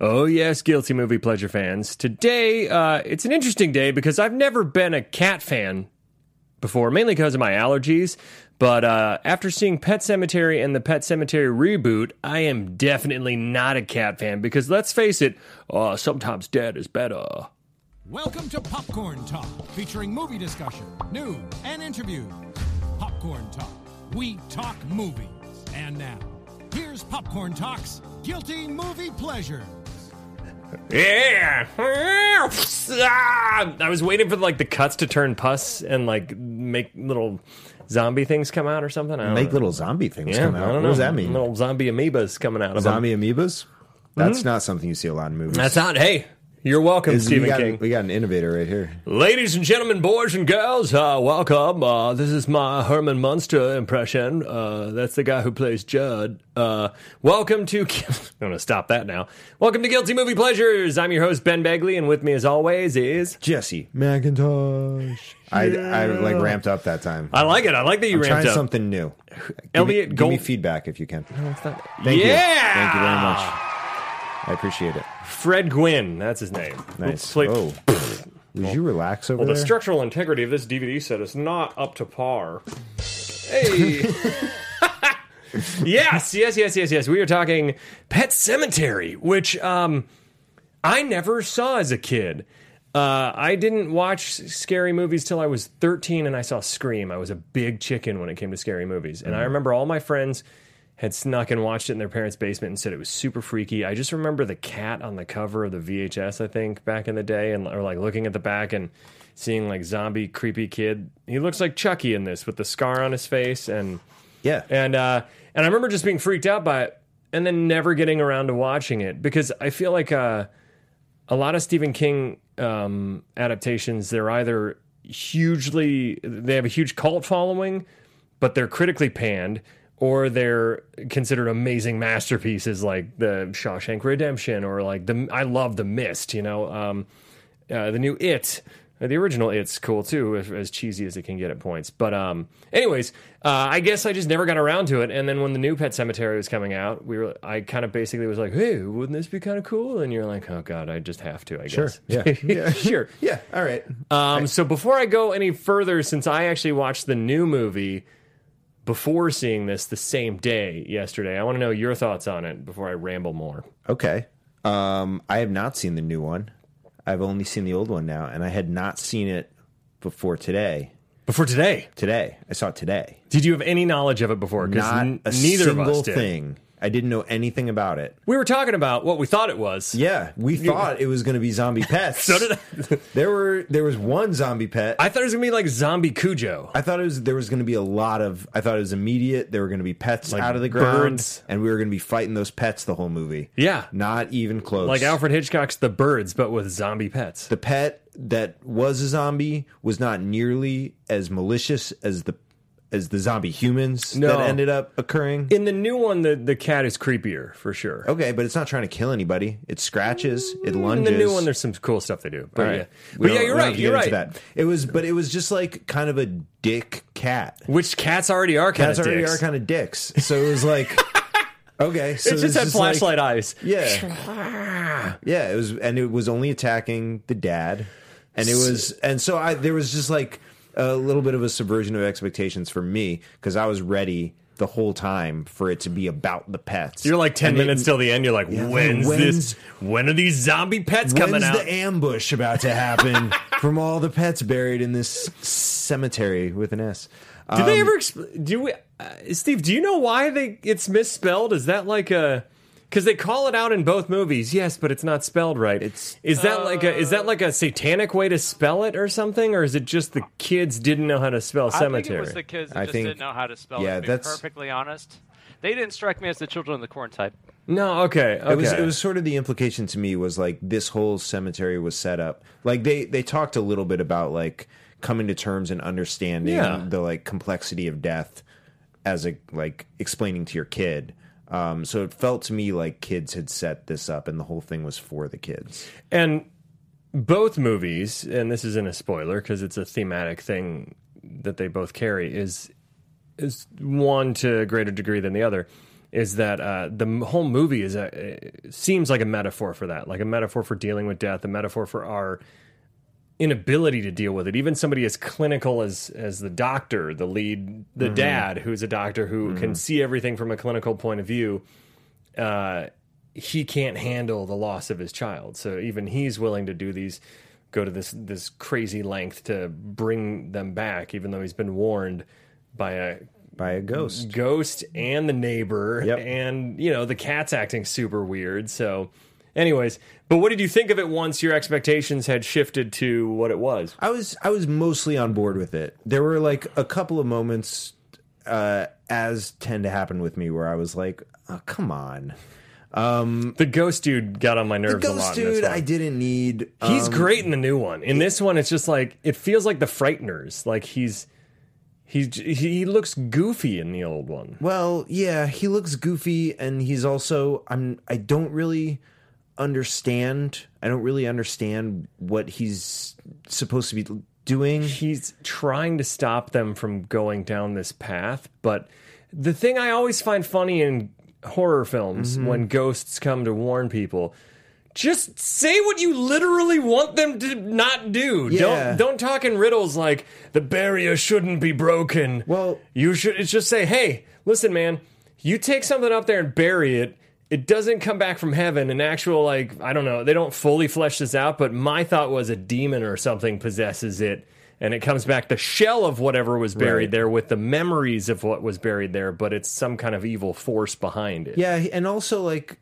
Oh, yes, guilty movie pleasure fans. Today, uh, it's an interesting day because I've never been a cat fan before, mainly because of my allergies. But uh, after seeing Pet Cemetery and the Pet Cemetery reboot, I am definitely not a cat fan because let's face it, uh, sometimes dead is better. Welcome to Popcorn Talk, featuring movie discussion, news, and interviews. Popcorn Talk, we talk movies. And now, here's Popcorn Talk's Guilty Movie Pleasure. Yeah. Ah! I was waiting for like the cuts to turn pus and like make little zombie things come out or something. I don't Make know. little zombie things yeah, come I out. don't What know. does that mean? Little zombie amoebas coming out of 'em. Zombie amoebas? That's not something you see a lot in movies. That's not. Hey, you're welcome, Is- we, Stephen got, King. we got an innovator right here. Ladies and gentlemen, boys and girls, uh, welcome. Uh, this is my Herman Munster impression. Uh, that's the guy who plays Judd. Uh, welcome to. I'm going to stop that now. Welcome to Guilty Movie Pleasures. I'm your host, Ben Begley, and with me, as always, is. Jesse McIntosh. I, I like ramped up that time. I like it. I like that you I'm ramped trying up. something new. Give Elliot me, Gold- Give me feedback if you can. yeah! Thank you. Thank you very much. I appreciate it. Fred Gwynn, that's his name. Nice. Played- Oh. Did you relax over Well, the there? structural integrity of this DVD set is not up to par. Hey. yes, yes, yes, yes, yes. We are talking Pet Cemetery, which um, I never saw as a kid. Uh, I didn't watch scary movies till I was 13 and I saw Scream. I was a big chicken when it came to scary movies. And I remember all my friends had snuck and watched it in their parents' basement and said it was super freaky. I just remember the cat on the cover of the VHS, I think, back in the day, and or like looking at the back and seeing like zombie creepy kid. He looks like Chucky in this with the scar on his face and yeah. and uh, and I remember just being freaked out by it, and then never getting around to watching it because I feel like uh, a lot of Stephen King um, adaptations they're either hugely they have a huge cult following, but they're critically panned. Or they're considered amazing masterpieces like the Shawshank Redemption, or like the I love the Mist. You know, um, uh, the new It. Uh, The original It's cool too, if, as cheesy as it can get at points. But um, anyways, uh, I guess I just never got around to it. And then when the new Pet Cemetery was coming out, we were, I kind of basically was like, "Hey, wouldn't this be kind of cool?" And you're like, "Oh God, I just have to, I guess." Yeah. Yeah. sure. Yeah. All right. Um, so before I go any further, since I actually watched the new movie before seeing this the same day yesterday, I want to know your thoughts on it before I ramble more. Okay. Um, I have not seen the new one. I've only seen the old one now, and I had not seen it before today. Before today, Today, I saw it today. did you have any knowledge of it before? Because Not a neither of single us did. thing. I didn't know anything about it. We were talking about what we thought it was. Yeah, we thought it was going to be zombie pets. So did I. There were there was one zombie pet. I, I thought it was gonna be like zombie Cujo. thought it was there was going to be a lot of. I thought it was immediate. There were going to be pets Like out of the ground, birds. and we were going to be fighting those pets the whole movie. Yeah. not even close. Like Alfred Hitchcock's The Birds, but with zombie pets. the pet that was a zombie was not nearly as malicious as the as the zombie humans No. that ended up occurring. In the new one, the, the cat is creepier for sure. okay, but it's not trying to kill anybody. It scratches. It In lunges. Mm, the new one, there's some cool stuff they do. But All right. yeah, We but yeah, don't- you're we don't right. have to You're get right. into That. It was, but it was just like kind of a dick cat. Which cats already are kind Cats of already dicks. are kind of dicks. So it was like, okay, so it just had this is like- flashlight eyes. yeah, yeah. It was, and it was only attacking the dad, and it was, and so I there was just like a little bit of a subversion of expectations for me because I was ready the whole time for it to be about the pets. You're like ten And it- minutes till the end. You're like, like, when's, this? when's- When are these zombie pets coming When's out? the ambush about to happen from all the pets buried in this cemetery with an S? Did they ever exp- do we, uh, Steve? Do you know why they it's misspelled? Is that like a because they call it out in both movies? Yes, but it's not spelled right. It's- is that like a is that like a satanic way to spell it or something, or is it just the kids didn't know how to spell I think it cemetery? was the kids that I just think- didn't know how to spell yeah, it. To be that's- perfectly honest. They didn't strike me as the children of the corn type. no, okay, okay. It was it was sort of the implication to me was like this whole cemetery was set up. Like they they talked a little bit about like coming to terms and understanding Yeah. the like complexity of death as a like explaining to your kid. Um, so it felt to me like kids had set this up and the whole thing was for the kids. And both movies, and this isn't a spoiler because it's a thematic thing that they both carry, is is one to a greater degree than the other. is that uh, the m- whole movie is a it seems like a metaphor for that, like a metaphor for dealing with death, a metaphor for our inability to deal with it. Even somebody as clinical as as the doctor, the lead, the dad, who's a doctor who can see everything from a clinical point of view, uh, he can't handle the loss of his child. So even he's willing to do these, go to this this crazy length to bring them back, even though he's been warned by a by a ghost. ghost and the neighbor Yep. and you know the cat's acting super weird so anyways but what did you think of it once your expectations had shifted to what it was I was I was mostly on board with it. There were like a couple of moments, uh, as tend to happen with me, where I was like, oh, "Come on, the ghost dude got on my nerves a Um, ghost lot in this dude! one. I didn't need." he's um, great in the new one in this one it's just like it feels like the frighteners like he's he's he looks goofy in the old one Well, yeah, he looks goofy, and he's also I'm I don't really understand. I don't really understand what he's supposed to be doing. he's trying to stop them from going down this path. But the thing I always find funny in horror films Mm-hmm. when ghosts come to warn people. Just say what you literally want them to not do. Yeah. Don't don't talk in riddles like the barrier shouldn't be broken. Well- you should it's just say, "Hey, listen man, you take something up there and bury it. It doesn't come back from heaven. An actual like, I don't know, they don't fully flesh this out, but my thought was a demon or something possesses it and it comes back the shell of whatever was buried Right. there with the memories of what was buried there, but it's some kind of evil force behind it. Yeah, and also like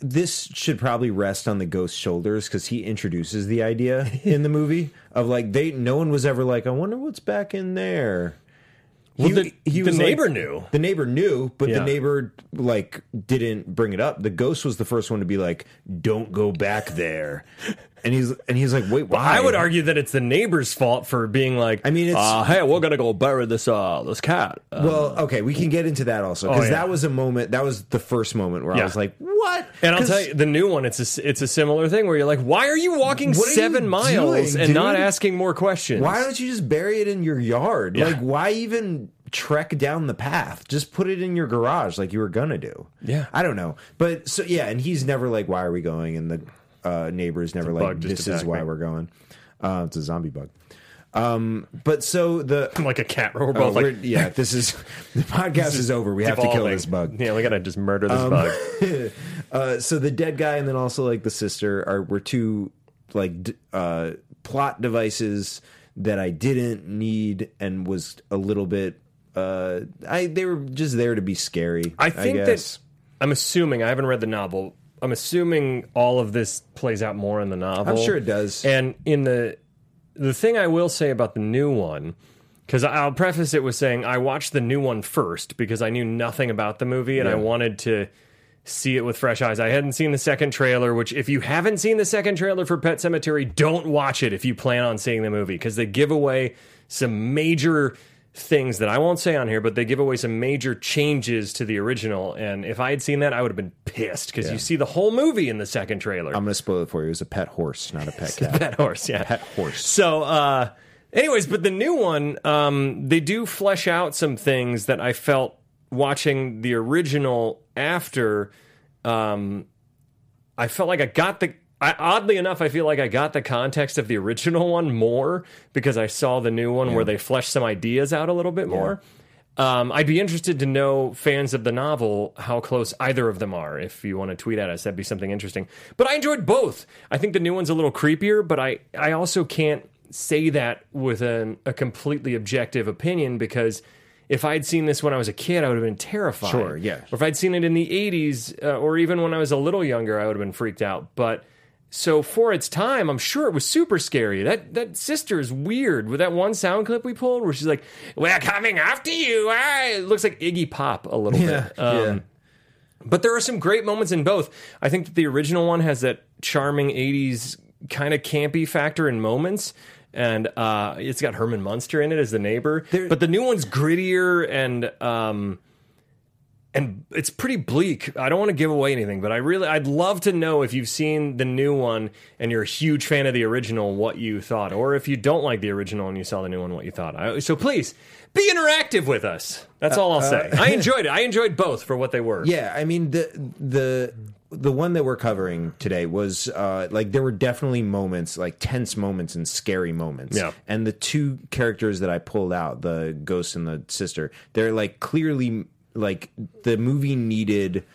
this should probably rest on the ghost's shoulders because he introduces the idea in the movie of like they no one was ever like I wonder what's back in there. Well, the- the like- neighbor knew. The neighbor knew, but Yeah. the neighbor like didn't bring it up. The ghost was the first one to be like, "Don't go back there," and he's and he's like, "Wait, why?" I would argue that it's the neighbor's fault for being like, I mean, it's- uh, hey, we're gonna go bury this uh this cat. Uh, Well, okay, we can get into that also because Oh, yeah. that was a moment. That was the first moment where Yeah. I was like, "What?" and I'll 'Cause- tell you, the new one, it's a s- it's a similar thing where you're like, why are you walking What are you seven miles doing, and not dude? asking more questions? Why don't you just bury it in your yard? Like, why even trek down the path? Just put it in your garage like you were gonna do. Yeah. I don't know. But so, yeah, and he's never like, why are we going? And the uh, neighbor's never like, bug just this is attacked why me. we're going. Uh, it's a zombie bug. Um, but so the. I'm like a cat. We're Oh, both like we're- yeah, this is the podcast is over. We have to kill devolving. this bug. Um, Yeah, we gotta just murder this bug. Uh, so the dead guy and then also like the sister are were two like d- uh, plot devices that I didn't need and was a little bit. Uh, I they were just there to be scary. I think guess. that I'm assuming I haven't read the novel. I'm assuming all of this plays out more in the novel. I'm sure it does. And in the the thing I will say about the new one, because I'll preface it with saying I watched the new one first because I knew nothing about the movie and I Yeah. wanted to see it with fresh eyes. I hadn't seen the second trailer, which if you haven't seen the second trailer for Pet Cemetery, don't watch it if you plan on seeing the movie because they give away some major things that I won't say on here, but they give away some major changes to the original. And if I had seen that, I would have been pissed because you see the whole movie in the second trailer. I'm gonna spoil it for you. It was a pet horse, not a pet The cat. pet horse, yeah. Pet horse. So, uh, anyways, but the new one, um, they do flesh out some things that I felt watching the original after. Um, I felt like I got the. I, oddly enough, I feel like I got the context of the original one more because I saw the new one where they fleshed some ideas out a little bit more. Um, I'd be interested to know fans of the novel how close either of them are. If you want to tweet at us, that'd be something interesting. But I enjoyed both. I think the new one's a little creepier, but I I also can't say that with an, a completely objective opinion because if I'd seen this when I was a kid, I would have been terrified. Sure, yeah. Or if I'd seen it in the '80s, uh, or even when I was a little younger, I would have been freaked out. But so for its time, I'm sure it was super scary. That that sister is weird. With that one sound clip we pulled, where she's like, "We're coming after you," ah," it looks like Iggy Pop a little bit. Um, But there are some great moments in both. I think that the original one has that charming '80s kind of campy factor in moments. And uh, it's got Herman Munster in it as the neighbor, but the new one's grittier and um, and it's pretty bleak. I don't want to give away anything, but I really I'd love to know if you've seen the new one and you're a huge fan of the original, what you thought, or if you don't like the original and you saw the new one, what you thought. I, so please be interactive with us. That's all I'll say. I enjoyed it. I enjoyed both for what they were. Yeah, I mean the the the one that we're covering today was uh, like there were definitely moments, like tense moments and scary moments. Yeah. And the two characters that I pulled out, the ghost and the sister, they're like clearly like the movie needed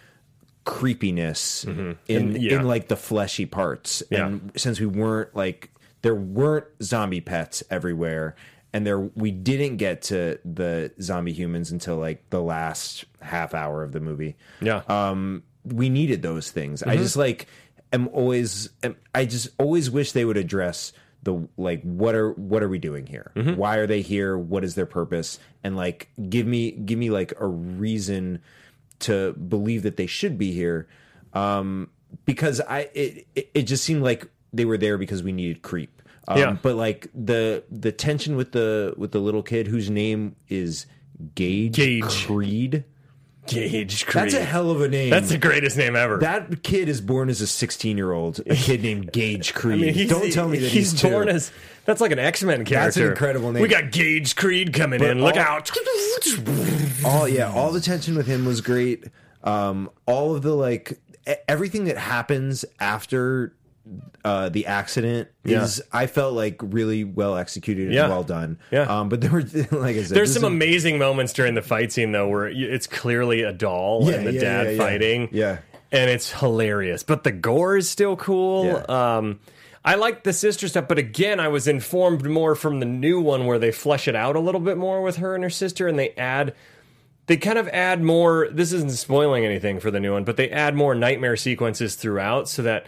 creepiness in Mm-hmm. And- yeah. in like the fleshy parts. And since we weren't like there weren't zombie pets everywhere and there we didn't get to the zombie humans until like the last half hour of the movie Yeah. um, we needed those things. Mm-hmm. I just like am always am, I just always wish they would address the like what are what are we doing here? Mm-hmm. Why are they here? What is their purpose? And like give me give me like a reason to believe that they should be here. Um, because I it it, it just seemed like they were there because we needed creep. Um, Yeah. but like the the tension with the with the little kid whose name is Gage, Gage. Creed. Gage Creed. That's a hell of a name. That's the greatest name ever. That kid is born as a 16 year old, a kid named Gage Creed. I mean, he's- Don't tell me that he's, two. born as that's like an X Men character. an incredible name. We got Gage Creed coming in. Look all- out! all yeah. All the tension with him was great. Um, all of the like e- everything that happens after uh, the accident Yeah. is I felt like really well executed and Yeah. well done. Yeah. Um, but there were like I There's said, this some is- amazing moments during the fight scene though, where you- it's clearly a doll Yeah, and the yeah, dad yeah, yeah. fighting. Yeah. and it's hilarious. But the gore is still cool. Yeah. Um, I like the sister stuff, but again, I was informed more from the new one where they flesh it out a little bit more with her and her sister, and they add. They kind of add more. This isn't spoiling anything for the new one, but they add more nightmare sequences throughout, so that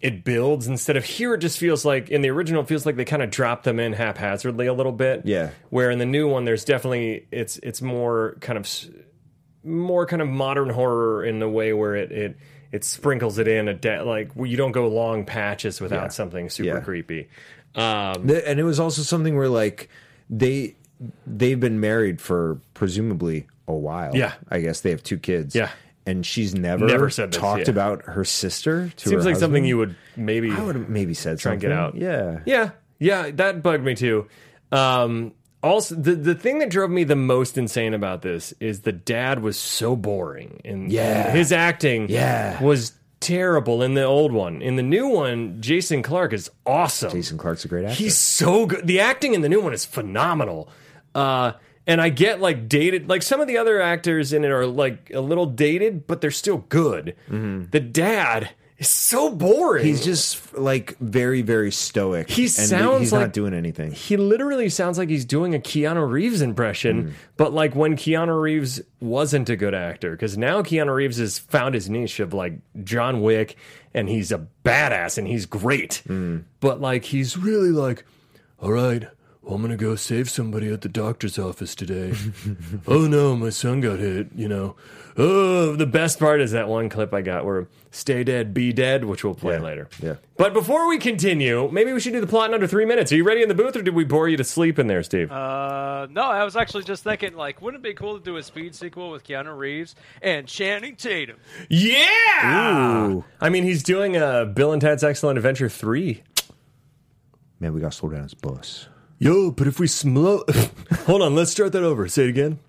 it builds instead of here it just feels like in the original it feels like they kind of drop them in haphazardly a little bit Yeah. where in the new one there's definitely it's it's more kind of s- more kind of modern horror in the way where it it it sprinkles it in a de- like where you don't go long patches without something super Yeah. creepy um Th- and it was also something where like they they've been married for presumably a while. Yeah. I guess they have two kids. Yeah. and she's never Never said this, talked yeah. about her sister. To seems her like something husband. you would maybe I would have maybe said try and something. get out. Yeah. Yeah, yeah, that bugged me too. Um, also, the the thing that drove me the most insane about this is the dad was so boring, and Yeah. his acting Yeah. was terrible in the old one. In the new one, Jason Clark is awesome. Jason Clark's a great actor. He's so good. The acting in the new one is phenomenal. Uh, and I get like dated, like some of the other actors in it are like a little dated, but they're still good. The dad is so boring. Mm-hmm. He's just like very, very stoic. He and sounds he's like- not doing anything. he literally sounds like he's doing a Keanu Reeves Mm. impression, but like when Keanu Reeves wasn't a good actor, because now Keanu Reeves has found his niche of like John Wick, and he's a badass and he's great, Mm. but like he's really like, all right, well, I'm gonna go save somebody at the doctor's office today. oh no, my son got hit. You know, oh, the best part is that one clip I got where "Stay dead, be dead," which we'll play Yeah. later. Yeah. But before we continue, maybe we should do the plot in under three minutes. Are you ready in the booth, or did we bore you to sleep in there, Steve? Uh, no, I was actually just thinking, like, wouldn't it be cool to do a speed sequel with Keanu Reeves and Channing Tatum? yeah. Ooh. I mean, he's doing a Bill and Ted's Excellent Adventure three. Man, we got to slow down his bus. Yo, but if we slow, hold on, let's start that over. Say it again.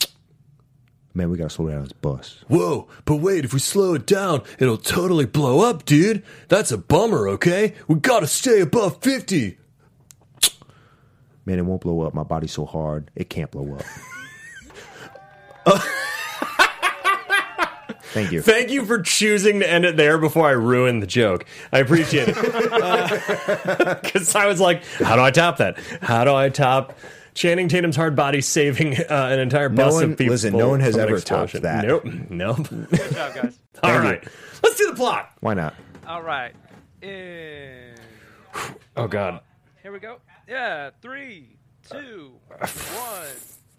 Man, we got to slow down his bus. Whoa, but wait, if we slow it down, it'll totally blow up, dude. That's a bummer, okay? We gotta stay above 50. Man, it won't blow up. My body's so hard, it can't blow up. Thank you. Thank you for choosing to end it there before I ruin the joke. I appreciate it. Because I was like, how do I top that? How do I top Channing Tatum's hard body saving uh, an entire bus one- of people? listen, no one has from an ever topped explosion? that. Nope, nope. Good job, guys. All you. right, let's do the plot. Why not? All right. And Oh, God. here we go. Yeah, three, two, one,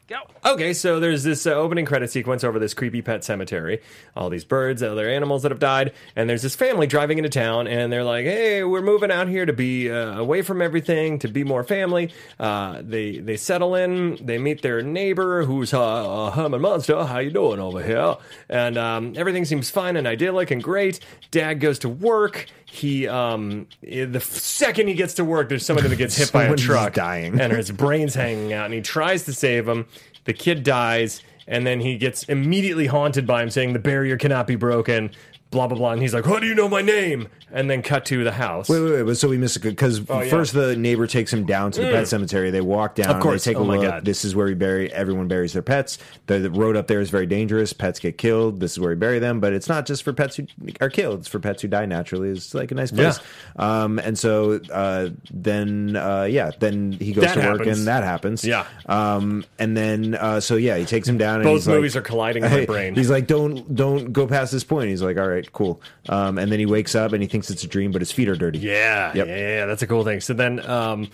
Go. Okay, so there's this uh, opening credit sequence over this creepy pet cemetery. All these birds, other animals that have died, and there's this family driving into town, and they're like, "Hey, we're moving out here to be uh, away from everything, to be more family." Uh, they they settle in, they meet their neighbor who's uh, a humming monster. How you doing over here? And um, everything seems fine and idyllic and great. Dad goes to work. He um, the f- second he gets to work, there's somebody that gets hit by a Someone's truck, dying. and his brain's hanging out, and he tries to save him. The kid dies, and then he gets immediately haunted by him, saying the barrier cannot be broken. Blah blah blah, and he's like, "How do you know my name?" And then cut to the house. Wait, wait, wait. But so we miss it because Oh, yeah. Mm. first the neighbor takes him down to the pet cemetery. They walk down. Of course. They take Oh a my look. God. This is where we bury. Everyone buries their pets. The, the road up there is very dangerous. Pets get killed. This is where we bury them. But it's not just for pets who are killed. It's for pets who die naturally. It's like a nice place. Um, and so uh, then, uh, yeah, then he goes That to work happens. and that happens. Yeah. Um, and then uh, so yeah, he takes him down. And Both he's like- movies are colliding in my brain. He's like, don't don't go past this point. He's like, all right, cool. Um, and then he wakes up and he thinks it's a dream, but his feet are dirty. Yeah, Yep. yeah, yeah, that's a cool thing. So then, um,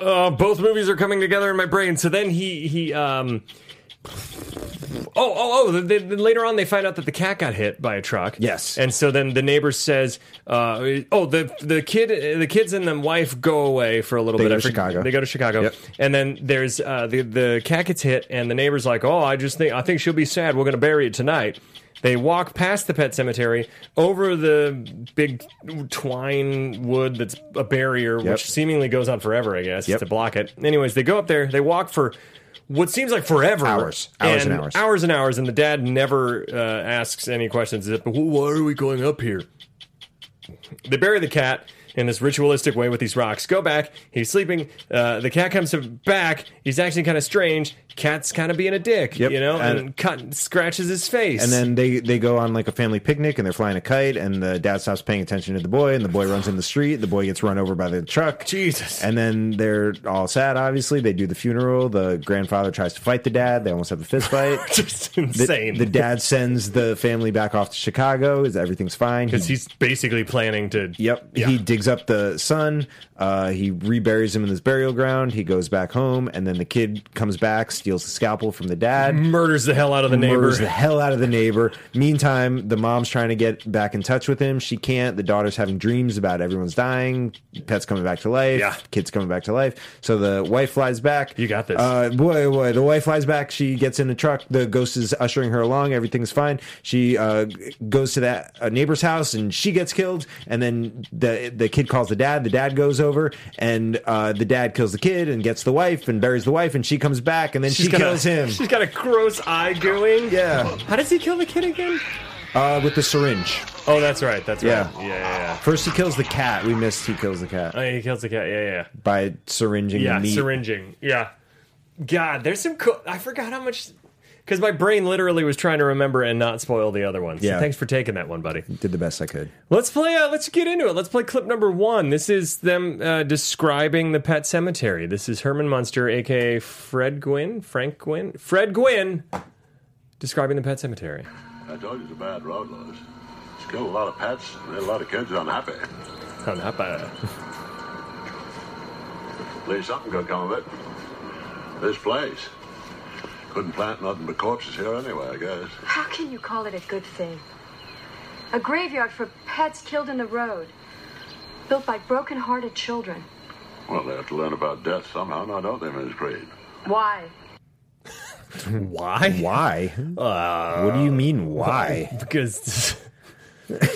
uh, both movies are coming together in my brain. So then he he. Um, Oh, oh, oh! They, they, later on, they find out that the cat got hit by a truck. Yes. and so then the neighbor says, uh, "Oh, the the kid, the kids and the wife go away for a little They bit. go I to forget- Chicago. They go to Chicago, Yep. and then there's uh, the the cat gets hit, and the neighbor's like, "Oh, I just think I think she'll be sad. We're going to bury it tonight." They walk past the pet cemetery over the big twine wood that's a barrier, Yep. which seemingly goes on forever. I guess Yep. to block it. Anyways, they go up there. They walk for what seems like forever, Hours. Hours and hours. hours and hours, and the dad never uh, asks any questions. He's like, "Well, Why are we going up here? They bury the cat in this ritualistic way with these rocks. Go back. He's sleeping. Uh, the cat comes back. He's acting kind of strange. Cat's kind of being a dick, Yep. you know, and, And- cut, scratches his face. And then they, they go on like a family picnic and they're flying a kite and the dad stops paying attention to the boy and the boy runs in the street. The boy gets run over by the truck. Jesus. And then they're all sad, obviously. They do the funeral. The grandfather tries to fight the dad. They almost have a fist fight. just The, insane. the dad sends the family back off to Chicago. Is everything's fine? He- because he's basically planning to. Yep. Yeah. He digs up the son. Uh, he reburies him in this burial ground. He goes back home, and then the kid comes back, steals the scalpel from the dad, murders the hell out of the neighbor. murders the hell out of the neighbor. Meantime, the mom's trying to get back in touch with him. She can't. The daughter's having dreams about everyone's dying, pets coming back to life, Yeah. kids coming back to life. So the wife flies back. You got this. Uh, boy, boy. The wife flies back. She gets in a truck. The ghost is ushering her along. Everything's fine. She uh, g- goes to that uh, neighbor's house and she gets killed. And then the the kid calls the dad. The dad goes over and uh, the dad kills the kid and gets the wife and buries the wife. And she comes back and then She's she got a- kills him. She's got a gross eye going. Yeah. How does he kill the kid again? Uh, with the syringe. Oh, that's right. That's Yeah. right. Yeah, yeah, First, he kills the cat. We missed he kills the cat yeah. Oh, he kills the cat. Yeah, yeah. by syringing Yeah, the meat. syringing. Yeah. God, there's some cool. I forgot how much. Because my brain literally was trying to remember and not spoil the other one. So Yeah. thanks for taking that one, buddy. Did the best I could. Let's play. Uh, let's get into it. Let's play clip number one. This is them uh, describing the pet cemetery. This is Herman Munster, aka Fred Gwynn, Frank Gwynn, Fred Gwynn, describing the pet cemetery. I told you it's a bad road, Lois. It's killed a lot of pets, and made a lot of kids unhappy. Oh, not bad. At least something could come of it. This place. Couldn't plant nothing but corpses here anyway, I guess. How can you call it a good thing? A graveyard for pets killed in the road, built by broken-hearted children. Well, they have to learn about death somehow, now don't they, Miss Creed? Why? Why? Why? Uh, what do you mean, why? Because.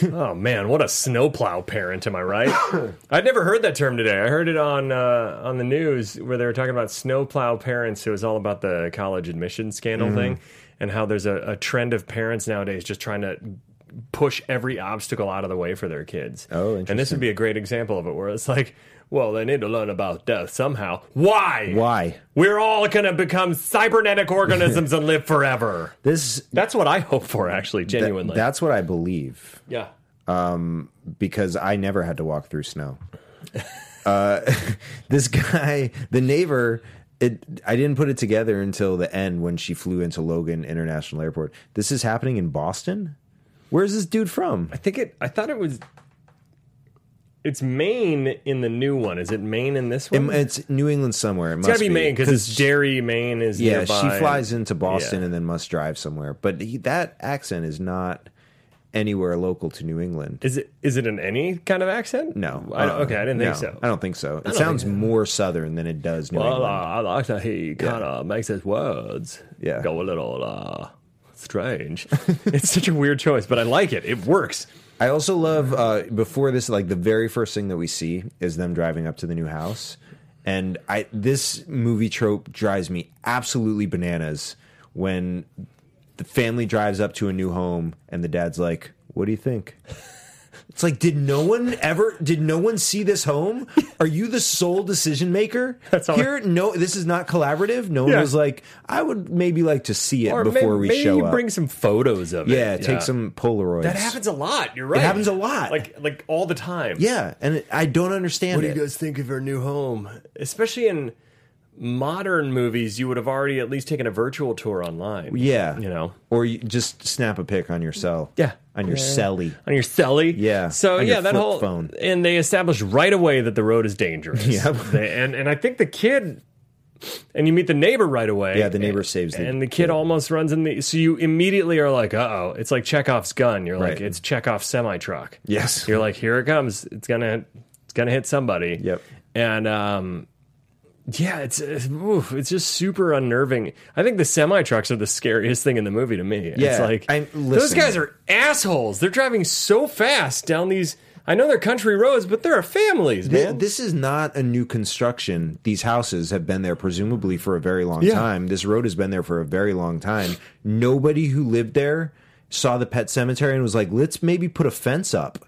oh man, what a snowplow parent! Am I right? I'd never heard that term today. I heard it on uh, on the news where they were talking about snowplow parents. It was all about the college admission scandal Mm-hmm. thing, and how there's a, a trend of parents nowadays just trying to push every obstacle out of the way for their kids. Oh, and this would be a great example of it, where it's like, well, they need to learn about death somehow. Why? Why? We're all gonna become cybernetic organisms and live forever. This. That's what I hope for, actually, that- genuinely. that's what I believe yeah. because I never had to walk through snow. Uh, this guy, the neighbor, it, I didn't put it together until the end when she flew into Logan International Airport. This is happening in Boston? Where's this dude from? I think it. I thought it was. it's Maine in the new one. Is it Maine in this one? It- it's New England somewhere. It it's got to be must Maine because it's Jerry Maine is Yeah, nearby. she flies into Boston Yeah. and then must drive somewhere. But he, that accent is not anywhere local to New England. Is it is it in any kind of accent? No. I don't- Uh-uh. okay, I didn't think No, so. I don't think so. It sounds more southern than it does New Well, uh, England. I like that he kind of makes his words Yeah. go a little uh, strange. it's such a weird choice, but I like it. It works. I also love uh, before this, like the very first thing that we see is them driving up to the new house, and I this movie trope drives me absolutely bananas when the family drives up to a new home and the dad's like, "What do you think?" It's like, did no one ever? Did no one see this home? Are you the sole decision maker That's all I- here? No, this is not collaborative. No Yeah. one was like, "I would maybe like to see it Or may- before we maybe show you up." bring some photos of it. yeah, take some Polaroids. That happens a lot. You're right. happens a lot. Like like all the time. Yeah, and it, I don't understand What do you it. guys think of our new home? Especially in modern movies, you would have already at least taken a virtual tour online. Yeah, You know. or you just snap a pic on your cell. Yeah. on your celly. On your celly, Yeah, So on yeah, your that flip whole phone. and they established right away that the road is dangerous. Yeah. They- and and I think the kid, and you meet the neighbor right away. Yeah, the neighbor and, saves the- and the kid almost runs in the. So you immediately are like, uh oh, it's like Chekhov's gun. You're like, Right. it's Chekhov's semi truck. Yes. You're like, here it comes. It's gonna it's gonna hit somebody. Yep. And um yeah, it's it's, oof, it's just super unnerving. I think the semi trucks are the scariest thing in the movie to me. it's Yeah, like I'm- those listen. guys are assholes. They're driving so fast down these. I know they're country roads, but there are families, Th- man. This is not a new construction. These houses have been there presumably for a very long Yeah. time. This road has been there for a very long time. Nobody who lived there saw the pet cemetery and was like, "Let's maybe put a fence up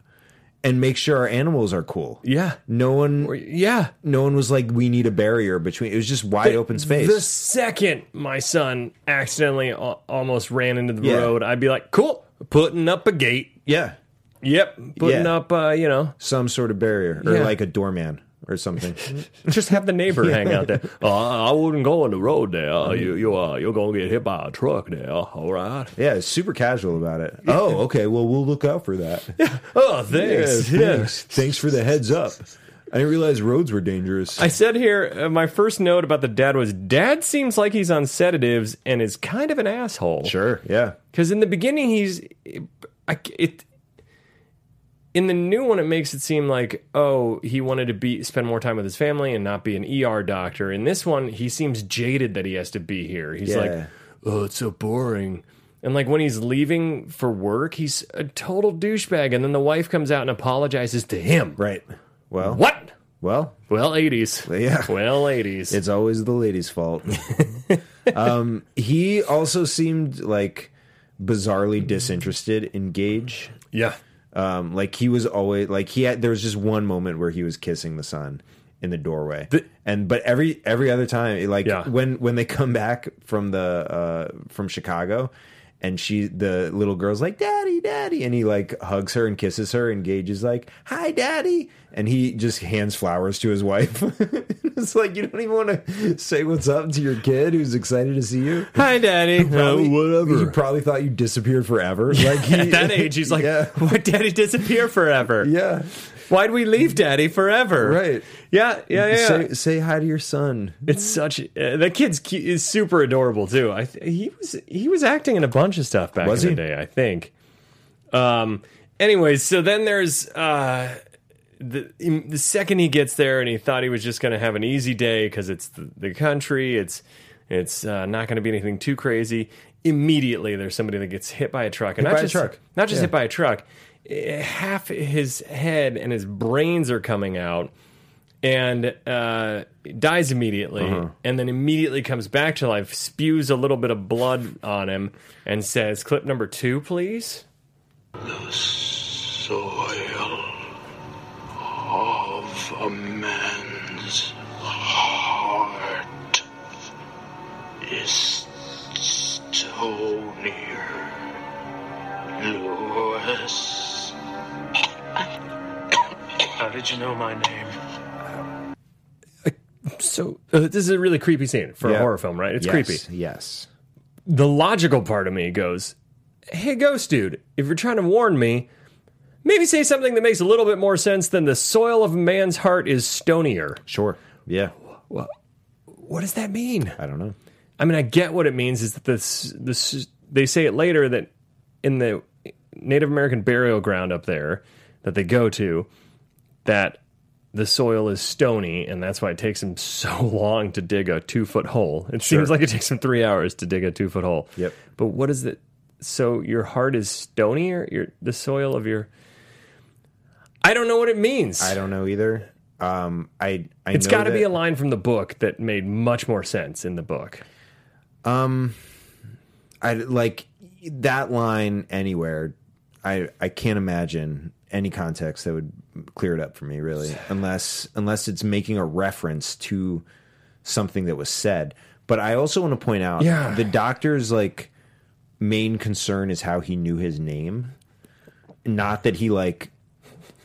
and make sure our animals are cool." yeah. No one, Yeah. no one was like, "We need a barrier between." It was just wide open space. The second my son accidentally al- almost ran into the Yeah. road, I'd be like, "Cool, putting up a gate." yeah, Yep, putting Yeah. up, uh, you know, some sort of barrier or Yeah. like a doorman or something. Just have the neighbor hang out there. Uh, I wouldn't go on the road there. You you uh, you're gonna get hit by a truck there. All right. Yeah, it's super casual about it. Oh, okay. Well, we'll look out for that. Oh, thanks. Yeah, Yeah. thanks. Thanks for the heads up. I didn't realize roads were dangerous. I said here, uh, my first note about the dad was dad seems like he's on sedatives and is kind of an asshole. sure. Yeah. Because in the beginning, he's. I, it, in the new one, it makes it seem like, oh, he wanted to be spend more time with his family and not be an ER doctor. In this one, he seems jaded that he has to be here. He's Yeah. like, oh, it's so boring. And like when he's leaving for work, he's a total douchebag. And then the wife comes out and apologizes to him. Right. Well. What? Well, Well, 80s. Yeah. Well, 80s. it's always the lady's fault. um, he also seemed like bizarrely disinterested in Gage. yeah. Um, like he was always like he had. There was just one moment where he was kissing the sun in the doorway, The- and but every every other time, it, like Yeah. when when they come back from the uh, from Chicago, and she the little girl's like daddy, daddy, and he like hugs her and kisses her, and Gage is like hi, daddy, and he just hands flowers to his wife. it's like you don't even want to say what's up to your kid who's excited to see you. Hi, Daddy. Probably- He probably thought you disappeared forever. Like he, At that age, he's like, yeah, why daddy disappear forever? yeah. Why'd we leave daddy forever? Right. Yeah, yeah, yeah. Say, say hi to your son. it's such uh, that kid's cu- is super adorable too. I th- he was he was acting in a bunch of stuff back Was in the he? day, I think. Um anyways, so then there's uh the, im- the second he gets there and he thought he was just going to have an easy day cuz it's the, the country, it's it's uh, not going to be anything too crazy. Immediately there's somebody that gets hit by a truck and Hit not by a just truck. not just Yeah. hit by a truck. eh, Half his head and his brains are coming out and uh, dies immediately, Uh-huh. and then immediately comes back to life, spews a little bit of blood on him, and says, "Clip number two, please." soil of a man's heart is stonier, Lewis. How did you know my name? So uh, this is a really creepy scene for a Yeah. horror film, right? It's creepy. Yes, Yes. The logical part of me goes, "Hey, ghost dude, if you're trying to warn me, Maybe say something that makes a little bit more sense than the soil of man's heart is stonier. Sure. Yeah. What does that mean? I don't know. I mean, I get what it means is that this this they say it later that in the Native American burial ground up there that they go to that the soil is stony and that's why it takes them so long to dig a two foot hole. It seems like it takes them three hours to dig a two foot hole. Yep. But what is it? So your heart is stonier. Your the soil of your. I don't know what it means. I don't know either. Um, I, I It's know got to that- be a line from the book that made much more sense in the book. I like that line anywhere. I I can't imagine any context that would clear it up for me really, unless unless it's making a reference to something that was said. But I also want to point out Yeah. the doctor's like main concern is how he knew his name, not that he like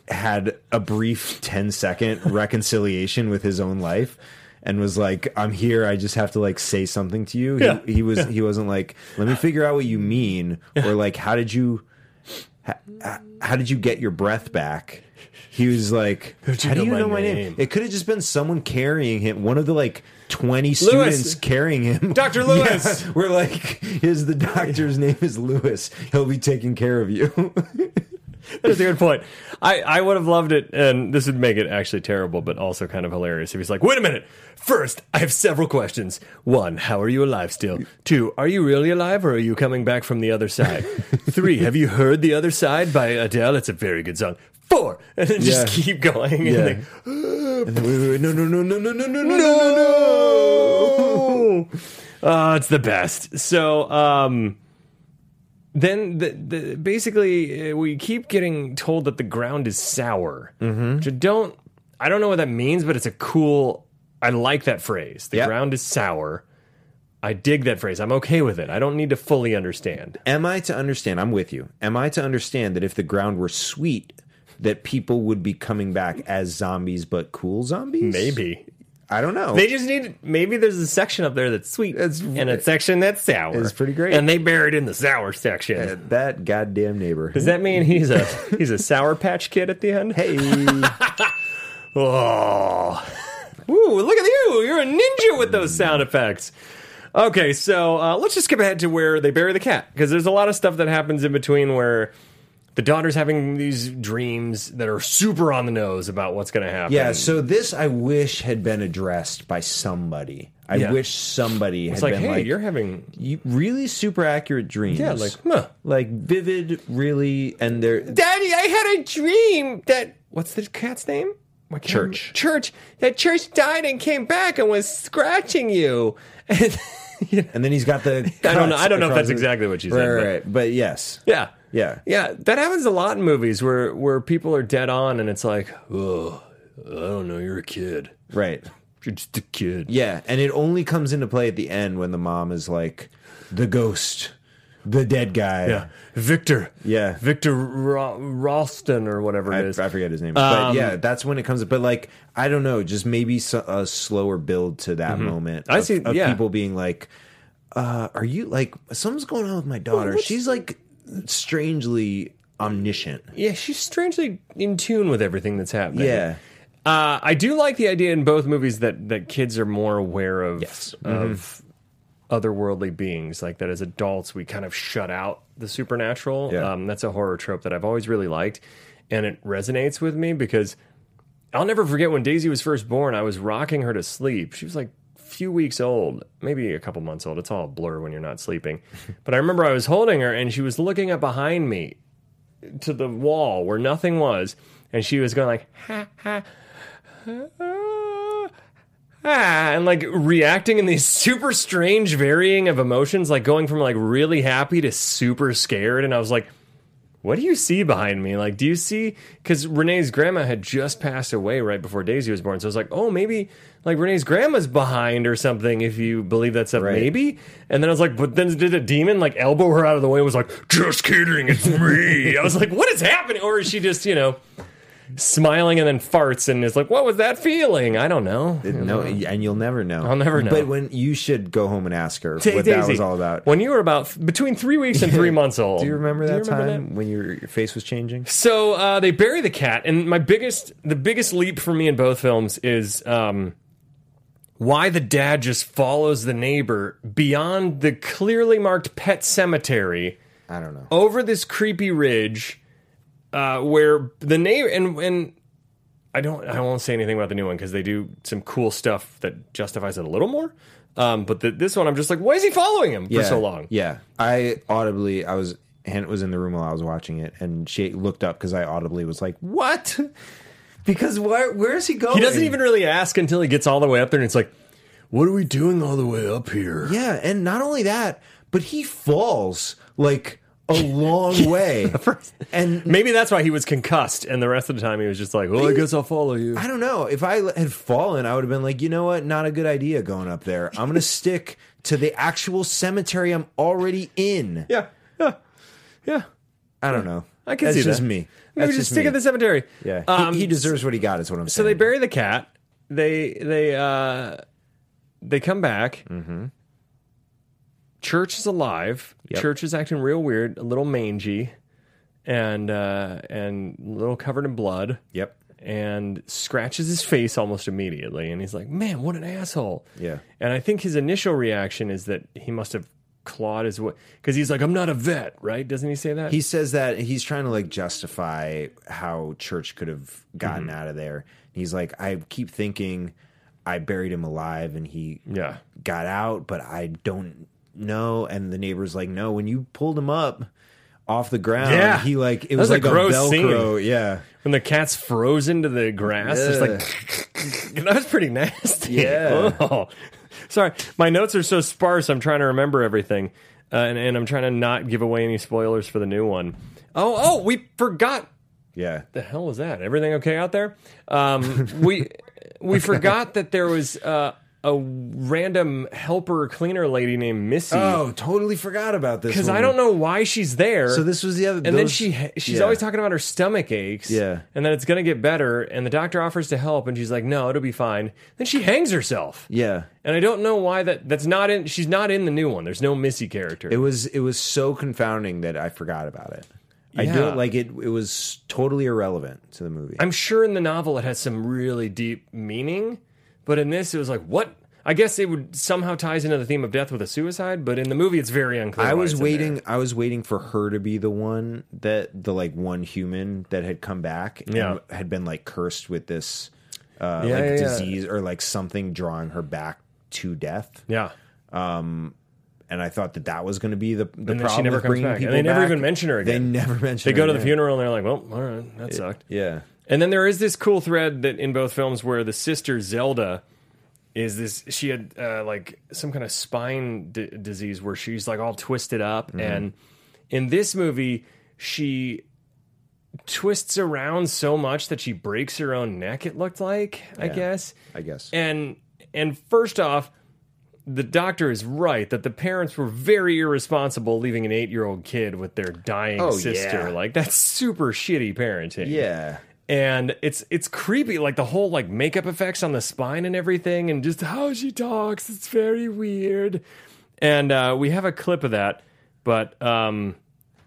had a brief 10 second reconciliation with his own life and was like i'm here i just have to like say something to you Yeah. he, he was he wasn't like let me figure out what you mean or like how did you how, how did you get your breath back he was like How'd you how do know you my know my name, name? it could have just been someone carrying him one of the like 20 students carrying him Dr. Lewis! Yeah, we're like is the doctor's name is lewis he'll be taking care of you That's a good point. I, I would have loved it, and this would make it actually terrible, but also kind of hilarious if he's like, wait a minute. First, I have several questions. One, how are you alive still? Two, are you really alive or are you coming back from the other side? Three, have you heard The Other Side by Adele? It's a very good song. Four, and then just Yeah. keep going. Yeah. And like, And then, wait, wait, wait, no, no, no, no, no, no, no, no, no, no. Uh, it's the best. So, um, then the, the basically uh, we keep getting told that the ground is sour. Mm-hmm. Which I don't I don't know what that means, but it's a cool. I like that phrase. The Yeah. ground is sour. I dig that phrase. I'm okay with it. I don't need to fully understand. Am I to understand? I'm with you. Am I to understand that if the ground were sweet, that people would be coming back as zombies, but cool zombies? Maybe I don't know. they just need. Maybe there's a section up there that's sweet It's- and a section that's sour. It's pretty great. And they buried in the sour section. that goddamn neighbor. Does that mean he's a he's a sour patch kid at the end? Hey, Oh. Ooh, look at you. You're a ninja with those sound effects. Okay, so uh, let's just skip ahead to where they bury the cat because there's a lot of stuff that happens in between where the daughter's having these dreams that are super on the nose about what's going to happen. yeah. So this, I wish had been addressed by somebody. I Yeah. wish somebody had it's like, been hey, like, you're having you- really super accurate dreams. yeah, like, huh, like vivid, really, and they're Daddy, I had a dream that what's the cat's name? Why can't I remember? Church. Church. That church died and came back and was scratching you. And, you know, And then he's got the. I don't know- I don't know if cuts that's exactly what she Right, said, right, but- right. But yes. Yeah. Yeah. Yeah. That happens a lot in movies where where people are dead on and it's like, oh, I don't know, you're a kid. Right. You're just a kid. Yeah. And it only comes into play at the end when the mom is like, the ghost, the dead guy. Yeah. Victor. Yeah. Victor Ro- Ralston or whatever I, it I is. forget his Um, name. but yeah, that's when it comes. But like, I don't know, just maybe so, a slower build to that moment. Mm-hmm. I of- see- Of yeah. people being like, uh, are you like, something's going on with my daughter. She's like strangely omniscient. yeah, she's strangely in tune with everything that's happening. Yeah. Uh, I do like the idea in both movies that, that kids are more aware of of otherworldly beings, like that as adults we kind of shut out the supernatural. Yeah. Um, that's a horror trope that I've always really liked, and it resonates with me because I'll never forget when Daisy was first born. I was rocking her to sleep. She was like a few weeks old, maybe a couple months old. It's all a blur when you're not sleeping. but I remember I was holding her and she was looking up behind me to the wall where nothing was, and she was going like ha ha. ha, Ah, and like reacting in these super strange varying of emotions, like going from like really happy to super scared. And I was like, what do you see behind me? Like, do you see? Because Renee's grandma had just passed away right before Daisy was born. So I was like, oh, maybe like Renee's grandma's behind or something, if you believe that stuff, Right. maybe. And then I was like, but then did a demon like elbow her out of the way and was like, just kidding, it's me. I was like, what is happening? Or is she just, you know, smiling and then farts and is like, "What was that feeling?" I don't know. No, and you'll never know. I'll never know. But when you should go home and ask her Ta- what that Daisy, was all about. When you were about f- between three weeks and three months old. Do you remember that remember time when your, your face was changing? So uh, they bury the cat, and my biggest, the biggest leap for me in both films is um, why the dad just follows the neighbor beyond the clearly marked pet cemetery I don't know. over this creepy ridge uh, where the neighbor and and I don't I won't say anything about the new one because they do some cool stuff that justifies it a little more. Um, but the, this one, I'm just like, why is he following him for so long? Yeah, I audibly I was Hannah was in the room while I was watching it, and she looked up because I audibly was like, "What?" Because where where is he going? He doesn't even really ask until he gets all the way up there, and it's like, what are we doing all the way up here? Yeah, and not only that, but he falls like a long way, and Maybe that's why he was concussed, and the rest of the time he was just like, well, I guess I'll follow you. I don't know. If I had fallen, I would have been like, you know what? Not a good idea going up there. I'm going to stick to the actual cemetery I'm already in. Yeah, yeah, yeah. I don't know. I can That's see just that. me. Maybe That's just stick me. at the cemetery. Yeah. Um, he, he deserves what he got, is what I'm so they saying. bury the cat. They they uh they come back. Mm-hmm. Church is alive. Yep. Church is acting real weird, a little mangy, and uh and a little covered in blood. Yep. and scratches his face almost immediately. And he's like, man, what an asshole. Yeah. And I think his initial reaction is that he must have clawed his way. Because he's like, I'm not a vet, right? Doesn't he say that? He says that he's trying to like justify how church could have gotten Mm-hmm. out of there. He's like, I keep thinking I buried him alive and he yeah. got out, but I don't know. And the neighbor's like, no, when you pulled him up off the ground, Yeah. he like it That was was, a like a, gross Velcro. Yeah. When the cat's frozen to the grass, it's like, that was pretty nasty. Yeah. Oh. Sorry, my notes are so sparse. I'm trying to remember everything. Uh, and, and I'm trying to not give away any spoilers for the new one. Oh, oh, we forgot Yeah. the hell was that? Everything okay out there? Um, we we forgot that there was uh, a random helper cleaner lady named Missy. Oh, totally forgot about this. because one. I don't know why she's there. So this was the other. and then those- she she's yeah. always talking about her stomach aches. Yeah. and then it's gonna get better. And the doctor offers to help, and she's like, "No, it'll be fine." Then she hangs herself. Yeah. And I don't know why that that's not in. She's not in the new one. There's no Missy character. It was it was so confounding that I forgot about it. I Yeah. don't like it. It was totally irrelevant to the movie. I'm sure in the novel it has some really deep meaning, but in this it was like what? I guess it would somehow ties into the theme of death with a suicide, but in the movie it's very unclear. I why was it's in waiting. there. I was waiting for her to be the one that the like one human that had come back and Yeah. had been like cursed with this Yeah, uh, like yeah, yeah. disease or like something drawing her back to death. Yeah, And I thought that that was going to be the the then she problem never with comes bringing back. And people. they never back. even mention her again. They never mention. they her go to the again. funeral and they're like, "Well, all right, that sucked." Yeah. And then there is this cool thread that in both films where the sister Zelda is this she had uh, like some kind of spine d- disease where she's like all twisted up Mm-hmm. and in this movie she twists around so much that she breaks her own neck it looked like I guess I guess. and and first off the doctor is right that the parents were very irresponsible leaving an 8-year-old kid with their dying Oh, sister yeah. like that's super shitty parenting yeah. and it's it's creepy like the whole like makeup effects on the spine and everything and just how she talks it's very weird and uh we have a clip of that but um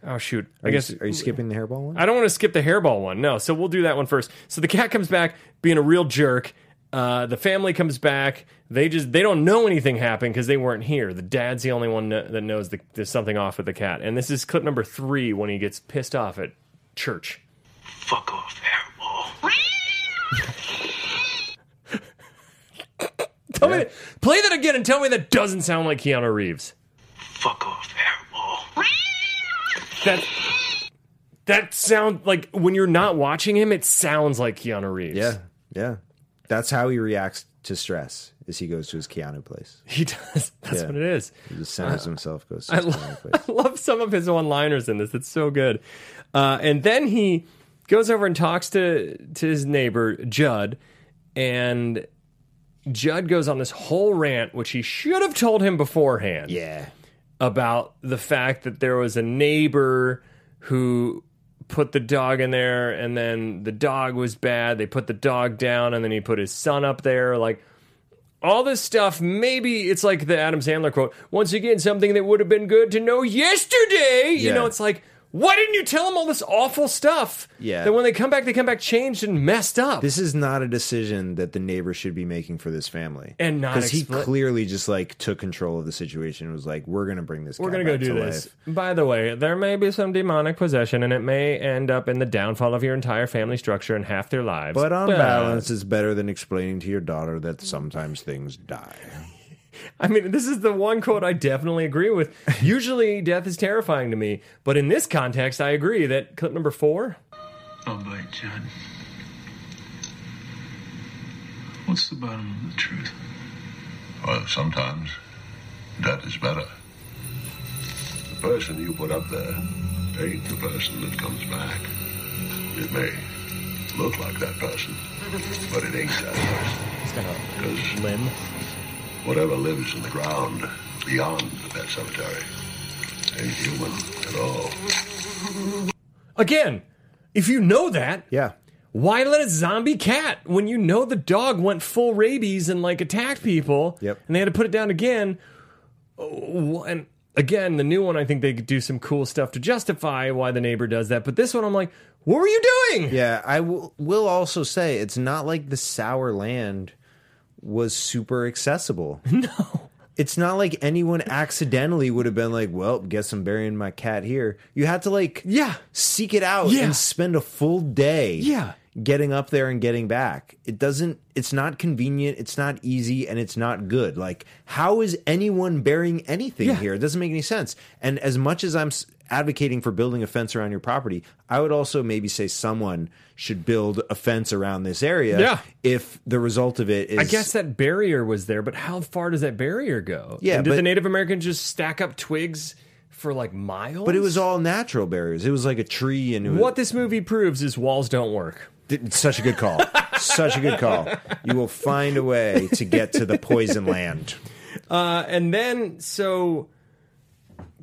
oh shoot i Are guess you, are you skipping the hairball one? i don't want to skip the hairball one no so we'll do that one first so the cat comes back being a real jerk uh, the family comes back. They just they don't know anything happened because they weren't here. The dad's the only one kno- that knows the, there's something off with the cat. And this is clip number three when he gets pissed off at church. Fuck off, hairball. Tell me, play that again and tell me that doesn't sound like Keanu Reeves. Fuck off, hairball. That that sound like when you're not watching him, it sounds like Keanu Reeves. Yeah, yeah. That's how he reacts to stress. Is he goes to his Keanu place? he does. That's Yeah. what it is. He just centers himself, goes to his Keanu place. I love some of his one-liners in this. It's so good. Uh, and then he goes over and talks to to his neighbor Judd, and Judd goes on this whole rant, which he should have told him beforehand. Yeah, about the fact that there was a neighbor who put the dog in there, and then the dog was bad. They put the dog down, and then he put his son up there. Like all this stuff. Maybe it's like the Adam Sandler quote. Once again, something that would have been good to know yesterday. You Yeah. know, it's like. Why didn't you tell them all this awful stuff? Yeah. That when they come back, they come back changed and messed up. This is not a decision that the neighbor should be making for this family, And not because he expli- clearly just like took control of the situation and was like, "We're gonna bring this. We're guy gonna go back do to this. life." By the way, there may be some demonic possession, and it may end up in the downfall of your entire family structure and half their lives. But on balance, it's better than explaining to your daughter that sometimes things die. I mean, this is the one quote I definitely agree with. Usually, death is terrifying to me, but in this context, I agree that clip number four. All right, John. What's the bottom of the truth? Well, sometimes that is better. The person you put up there ain't the person that comes back. It may look like that person, but it ain't that person. It's got a Because limb. whatever lives in the ground beyond the pet cemetery ain't human at all. Again, if you know that, Yeah, why let a zombie cat when you know the dog went full rabies and like attacked people? Yep. And they had to put it down again. Oh, and again, the new one, I think they could do some cool stuff to justify why the neighbor does that. But this one, I'm like, what were you doing? yeah. I w- will also say it's not like the sour land was super accessible. No, it's not like anyone accidentally would have been like, "Well, guess I'm burying my cat here." You had to like, Yeah. seek it out Yeah. and spend a full day Yeah. getting up there and getting back it doesn't it's not convenient it's not easy and it's not good like how is anyone burying anything Yeah. here it doesn't make any sense and as much as i'm s- advocating for building a fence around your property i would also maybe say someone should build a fence around this area Yeah. if the result of it is I guess that barrier was there, but how far does that barrier go? Yeah, And did the but- Native Americans just stack up twigs for like miles? but it was all natural barriers it was like a tree and it was, What this movie proves is walls don't work. Did- Such a good call. Such a good call. You will find a way to get to the poison land. Uh, and then so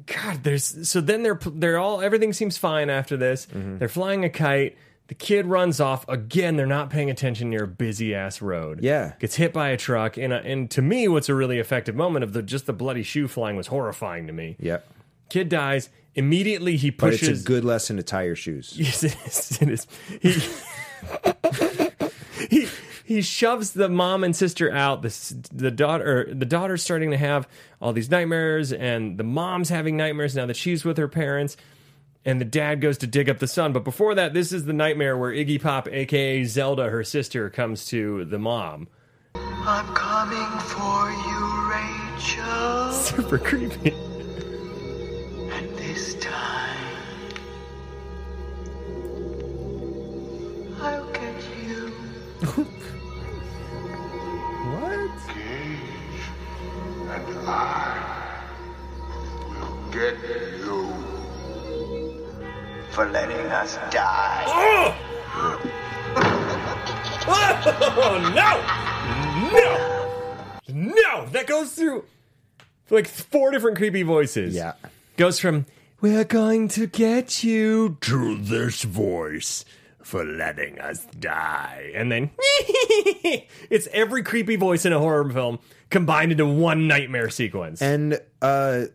god there's so then they're they're all everything seems fine after this Mm-hmm. they're flying a kite the kid runs off again they're not paying attention near a busy ass road Yeah. gets hit by a truck and uh, and to me what's a really effective moment of the just the bloody shoe flying was horrifying to me Yep. kid dies immediately he But pushes it's a good lesson to tie your shoes. Yes, it is. It is. He, he he shoves the mom and sister out. The s- the daughter the daughter's starting to have all these nightmares, and the mom's having nightmares now that she's with her parents. And the dad goes to dig up the son, but before that, this is the nightmare where Iggy Pop, aka Zelda, her sister, comes to the mom. I'm coming for you, Rachel. Super creepy. And this time, I'll get you. What? Cage and I will get you. For letting us die. Oh no! No! No! That goes through like four different creepy voices. Yeah. Goes from we're going to get you To this voice. for letting us die. And then it's every creepy voice in a horror film combined into one nightmare sequence. And uh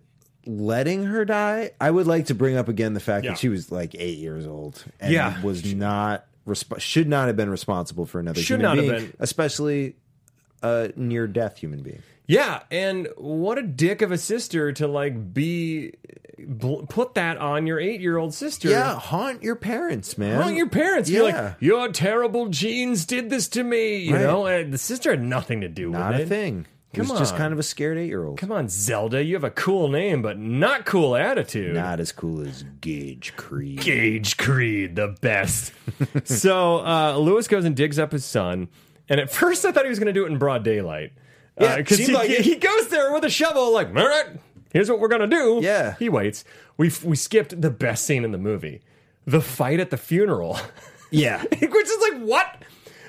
letting her die, I would like to bring up again the fact Yeah. that she was like eight years old and Yeah. was not resp- should not have been responsible for another Should human not have being, been. especially a near death human being. yeah, and what a dick of a sister to like be bl- put that on your 8-year-old sister. Yeah, haunt your parents, man. Well, your parents be Yeah. like, your terrible genes did this to me. You Right. know, and the sister had nothing to do Not with it. a thing. It Come was just on. kind of a scared eight year old. Come on, Zelda, you have a cool name, but not cool attitude. Not as cool as Gage Creed. Gage Creed, the best. so uh, Lewis goes and digs up his son, and at first I thought he was going to do it in broad daylight. Yeah, because seemed he, like it. he goes there with a shovel, like, all right, here's what we're going to do. Yeah. He waits. We, we skipped the best scene in the movie the fight at the funeral. Yeah. Which is like, what?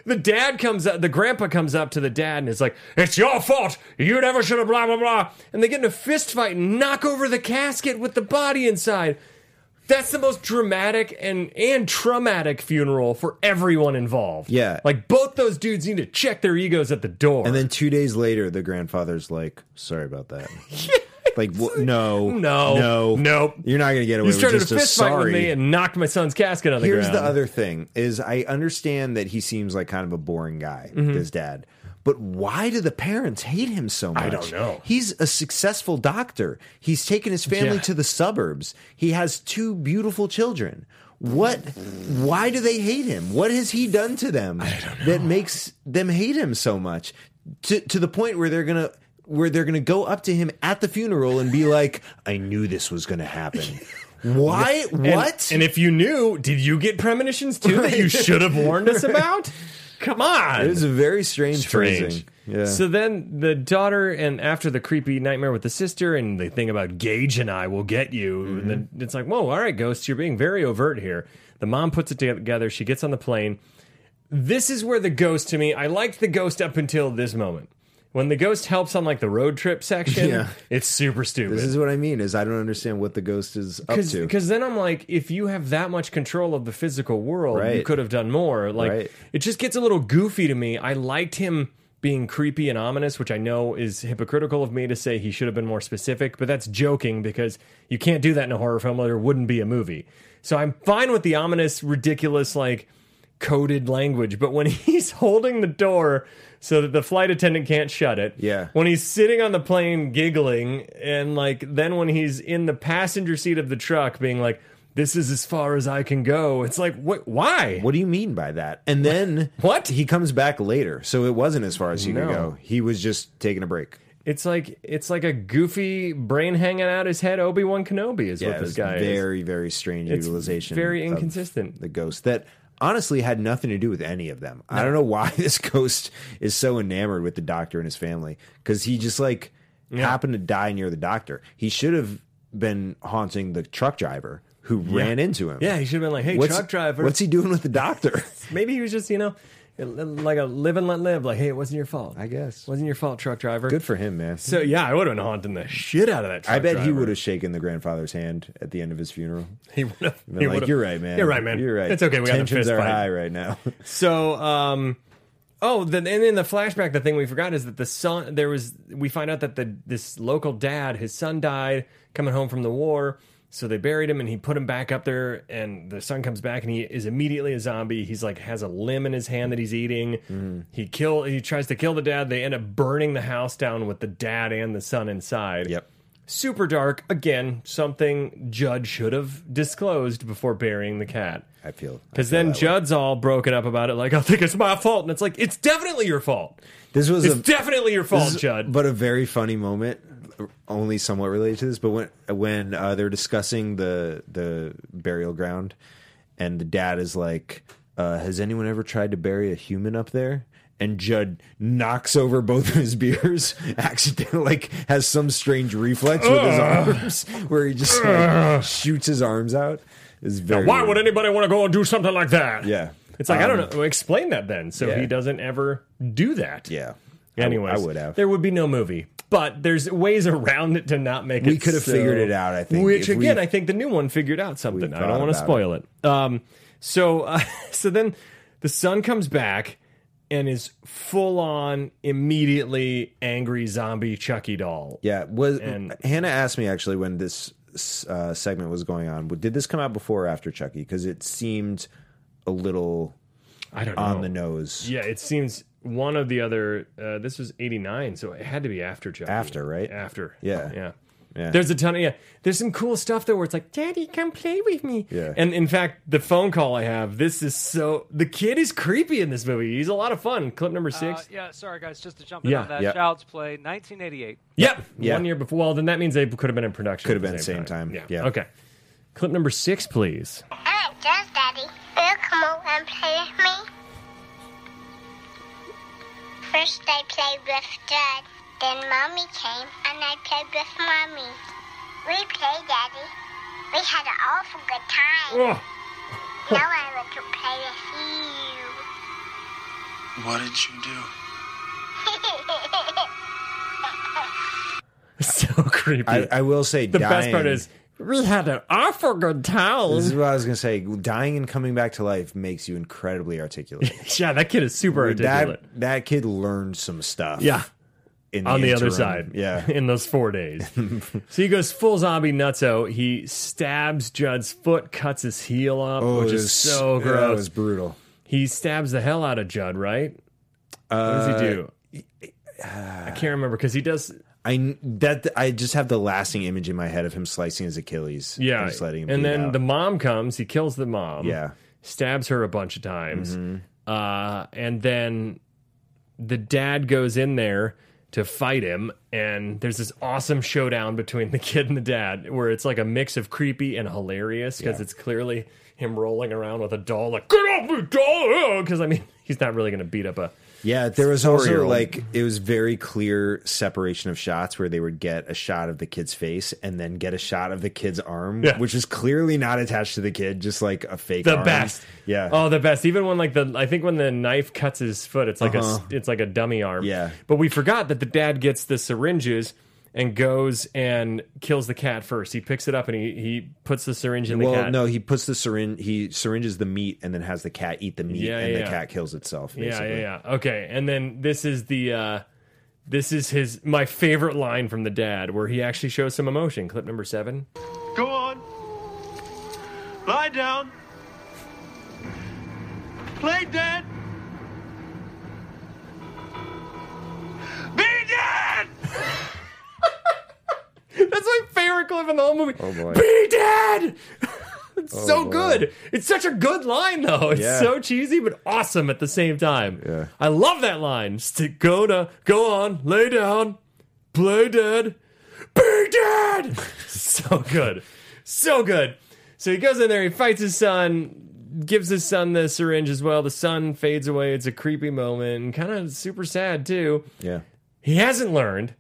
The dad comes up, the grandpa comes up to the dad and is like, It's your fault. You never should have, blah, blah, blah. And they get in a fist fight and knock over the casket with the body inside. That's the most dramatic and and traumatic funeral for everyone involved. Yeah. like both those dudes need to check their egos at the door. And then two days later, the grandfather's like, "Sorry about that." Like, wh- no, No. no, Nope. You're not gonna get you away with started a just a fist fight with sorry. me and knocked my son's casket on the Here's ground. the other thing: is I understand that he seems like kind of a boring guy, Mm-hmm. his dad. But why do the parents hate him so much? I don't know. He's a successful doctor. He's taken his family Yeah. to the suburbs. He has two beautiful children. What? Why do they hate him? What has he done to them that makes them hate him so much? To to the point where they're gonna where they're gonna go up to him at the funeral and be like, "I knew this was gonna happen." Why? And- what? And if you knew, did you get premonitions too that you should have warned us about? Come on. It was a very strange, phrasing. Yeah. So then the daughter, and after the creepy nightmare with the sister, and the thing about Gage and I will get you, Mm-hmm. and then it's like, whoa, all right, Ghost, you're being very overt here. The mom puts it together. She gets on the plane. This is where the ghost to me, I liked the ghost up until this moment. When the ghost helps on like the road trip section, Yeah. it's super stupid. this is what I mean is I don't understand what the ghost is up Cause, to. 'cause then I'm like, if you have that much control of the physical world, you Right. could have done more. Like, Right. it just gets a little goofy to me. I liked him being creepy and ominous, which I know is hypocritical of me to say he should have been more specific, but that's joking because you can't do that in a horror film or there wouldn't be a movie. So I'm fine with the ominous, ridiculous, like, coded language, but when he's holding the door so that the flight attendant can't shut it. Yeah. When he's sitting on the plane giggling, and like then when he's in the passenger seat of the truck being like, this is as far as I can go. It's like, what? Why? What do you mean by that? And then What? He comes back later, so it wasn't as far as he No. could go. He was just taking a break. It's like it's like a goofy brain hanging out his head. Obi Wan Kenobi is what it this was guy is. very, very strange It's utilization. very of inconsistent. The ghost that honestly had nothing to do with any of them. I don't know why this ghost is so enamored with the doctor and his family because he just like happened to die near the doctor. He should have been haunting the truck driver who ran into him. Yeah, he should have been like, "Hey, What's- truck driver." What's he doing with the doctor? Maybe he was just you know, like a live and let live. Like, hey, it wasn't your fault. I guess. wasn't your fault, truck driver. Good for him, man. So yeah, I would have been haunting the shit out of that. Truck I bet he driver. would have shaken the grandfather's hand at the end of his funeral. He would have. Been like, you're right, man. You're right, man. You're right. It's okay. We Tensions got the fist are fight. high right now. So, um, oh, then and in the flashback, the thing we forgot is that the son. There was we find out that the this local dad, his son died coming home from the war. So they buried him, and he put him back up there. And the son comes back, and he is immediately a zombie. He's like has a limb in his hand that he's eating. Mm-hmm. He kill. He tries to kill the dad. They end up burning the house down with the dad and the son inside. Yep. Super dark again. Something Judd should have disclosed before burying the cat. I feel I Because feel then that way. Judd's all broken up about it, like, I think it's my fault. And it's like, it's definitely your fault. this was It's a, definitely your fault, This is- Judd. But a very funny moment, only somewhat related to this. But when when uh, they're discussing the the burial ground, and the dad is like, uh, "Has anyone ever tried to bury a human up there?" And Judd knocks over both of his beers, accidentally, like has some strange reflex with his arms, where he just like, shoots his arms out. Is very Why would weird. anybody want to go and do something like that? Yeah. It's like, I Um, don't know. Explain that then. So yeah. he doesn't ever do that. Yeah. I w- Anyways, I would have. There would be no movie. But there's ways around it to not make it. We could have so- figured it out, I think, Which if we- again, I think the new one figured out something. I don't thought want to about spoil it. Um, so, uh, so then the son comes back and is full on immediately angry zombie Chucky doll. Yeah, was And- Hannah asked me actually when this uh, segment was going on? Did this come out before or after Chucky? Because it seemed a little I don't know. on the nose. Yeah, it seems one of the other. Uh, this was '89, so it had to be after Chucky. After, right? After. Yeah. yeah. Yeah. There's a ton of yeah. There's some cool stuff though, where it's like, "Daddy, come play with me." Yeah. And in fact, the phone call I have. This is so. The kid is creepy in this movie. He's a lot of fun. Clip number Uh, six. yeah, sorry guys, just to jump in Yeah, on that. yeah. Child's Play, 1988. Yep. Yeah. One year before. Well, then that means they could have been in production. Could at have been same time. Yeah. Yeah. Okay. Clip number six, please. All right, yes, Daddy. Will you come over and play with me? First, I played with Dad. Then Mommy came, and I played with Mommy. We played, Daddy. We had an awful good time. Ugh. Now I want to play with you. What did you do? so creepy. I, I will say the dying best part is We had an awful good This is time. what I was gonna say. Dying and coming back to life makes you incredibly articulate. Yeah, that kid is super articulate. that that kid learned some stuff. yeah, in on the, other interim. side. Yeah. in those four days. so he goes full zombie nutso. He stabs Judd's foot, cuts his heel up, which Oh, it is was- so yeah, It gross. was brutal. He stabs the hell out of Judd, right? what does he do? Uh, I can't remember because he does. I that I just have the lasting image in my head of him slicing his Achilles. Yeah, and just letting him. and bleed then out. the mom comes. He kills the mom. yeah, stabs her a bunch of times. Uh, and then the dad goes in there to fight him, and there's this awesome showdown between the kid and the dad where it's like a mix of creepy and hilarious because it's clearly him rolling around with a doll, like, get off me, doll! Because, I mean, he's not really going to beat up a. yeah. There was also Four-year-old. like it was very clear separation of shots where they would get a shot of the kid's face and then get a shot of the kid's arm, Yeah. which is clearly not attached to the kid, just like a fake. The arm. best, Yeah. Oh, the best. Even when like the, I think when the knife cuts his foot, it's like Uh-huh. a, it's like a dummy arm. Yeah. But we forgot that the dad gets the syringes and goes and kills the cat first. He picks it up and he he puts the syringe in the well, cat. no, he puts the syringe. He syringes the meat and then has the cat eat the meat, Yeah, and yeah, the yeah. cat kills itself. Yeah, basically. yeah, yeah. Okay, and then this is the. uh this is his my favorite line from the dad where he actually shows some emotion. Clip number seven. Go on. Lie down. Play dead. Be dead! That's my favorite clip in the whole movie. Oh, boy. Oh, Be dead. it's so boy. good. It's such a good line though. It's Yeah. so cheesy but awesome at the same time. Yeah. I love that line. Just to go to go on, lay down, play dead, be dead. so good. So good. So he goes in there, he fights his son, gives his son the syringe as well. The son fades away. It's a creepy moment and kind of super sad too. yeah. He hasn't learned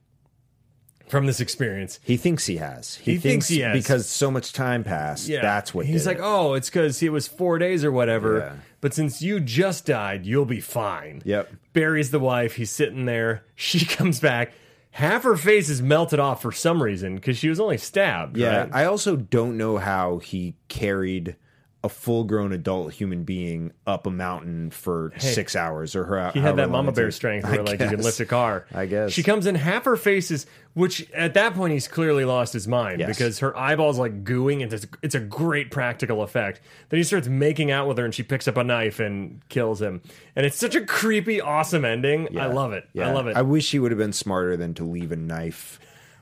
from this experience. He thinks he has. He thinks he has. because so much time passed. that's what he's did like. it. Oh, it's because it was four days or whatever. Yeah. But since you just died, you'll be fine. Yep. Buries the wife. He's sitting there. She comes back. Half her face is melted off for some reason because she was only stabbed. Yeah, right? I also don't know how he carried a full-grown adult human being up a mountain for six hours or her. He had that mama bear strength where like you can lift a car. I guess. She comes in half her face is which at that point he's clearly lost his mind Yes. because her eyeballs like gooing and it's, it's a great practical effect. Then he starts making out with her and she picks up a knife and kills him. And it's such a creepy awesome ending. I love it. I love it. I wish he would have been smarter than to leave a knife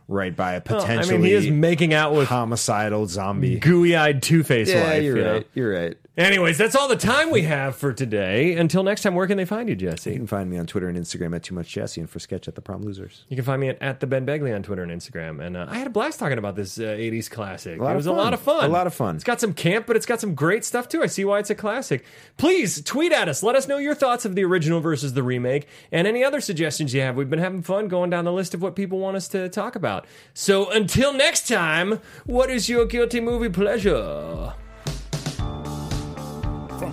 right by a Well, I potentially mean he is making out with homicidal zombie. gooey-eyed Two-Face wife. you know? You're right. Anyways, that's all the time we have for today. Until next time, where can they find you, You Jesse? can find me on Twitter and Instagram at Too Much Jesse and for sketch at the Prom Losers. You can find me at, at the Ben Begley on Twitter and Instagram. And uh, I had a blast talking about this uh, 80s classic. lot it of was a fun. lot of fun. A lot of fun. It's got some camp, but it's got some great stuff too. I see why it's a classic. Please tweet at us. Let us know your thoughts of the original versus the remake and any other suggestions you have. We've been having fun going down the list of what people want us to talk about. So until next time, what is your guilty movie pleasure? From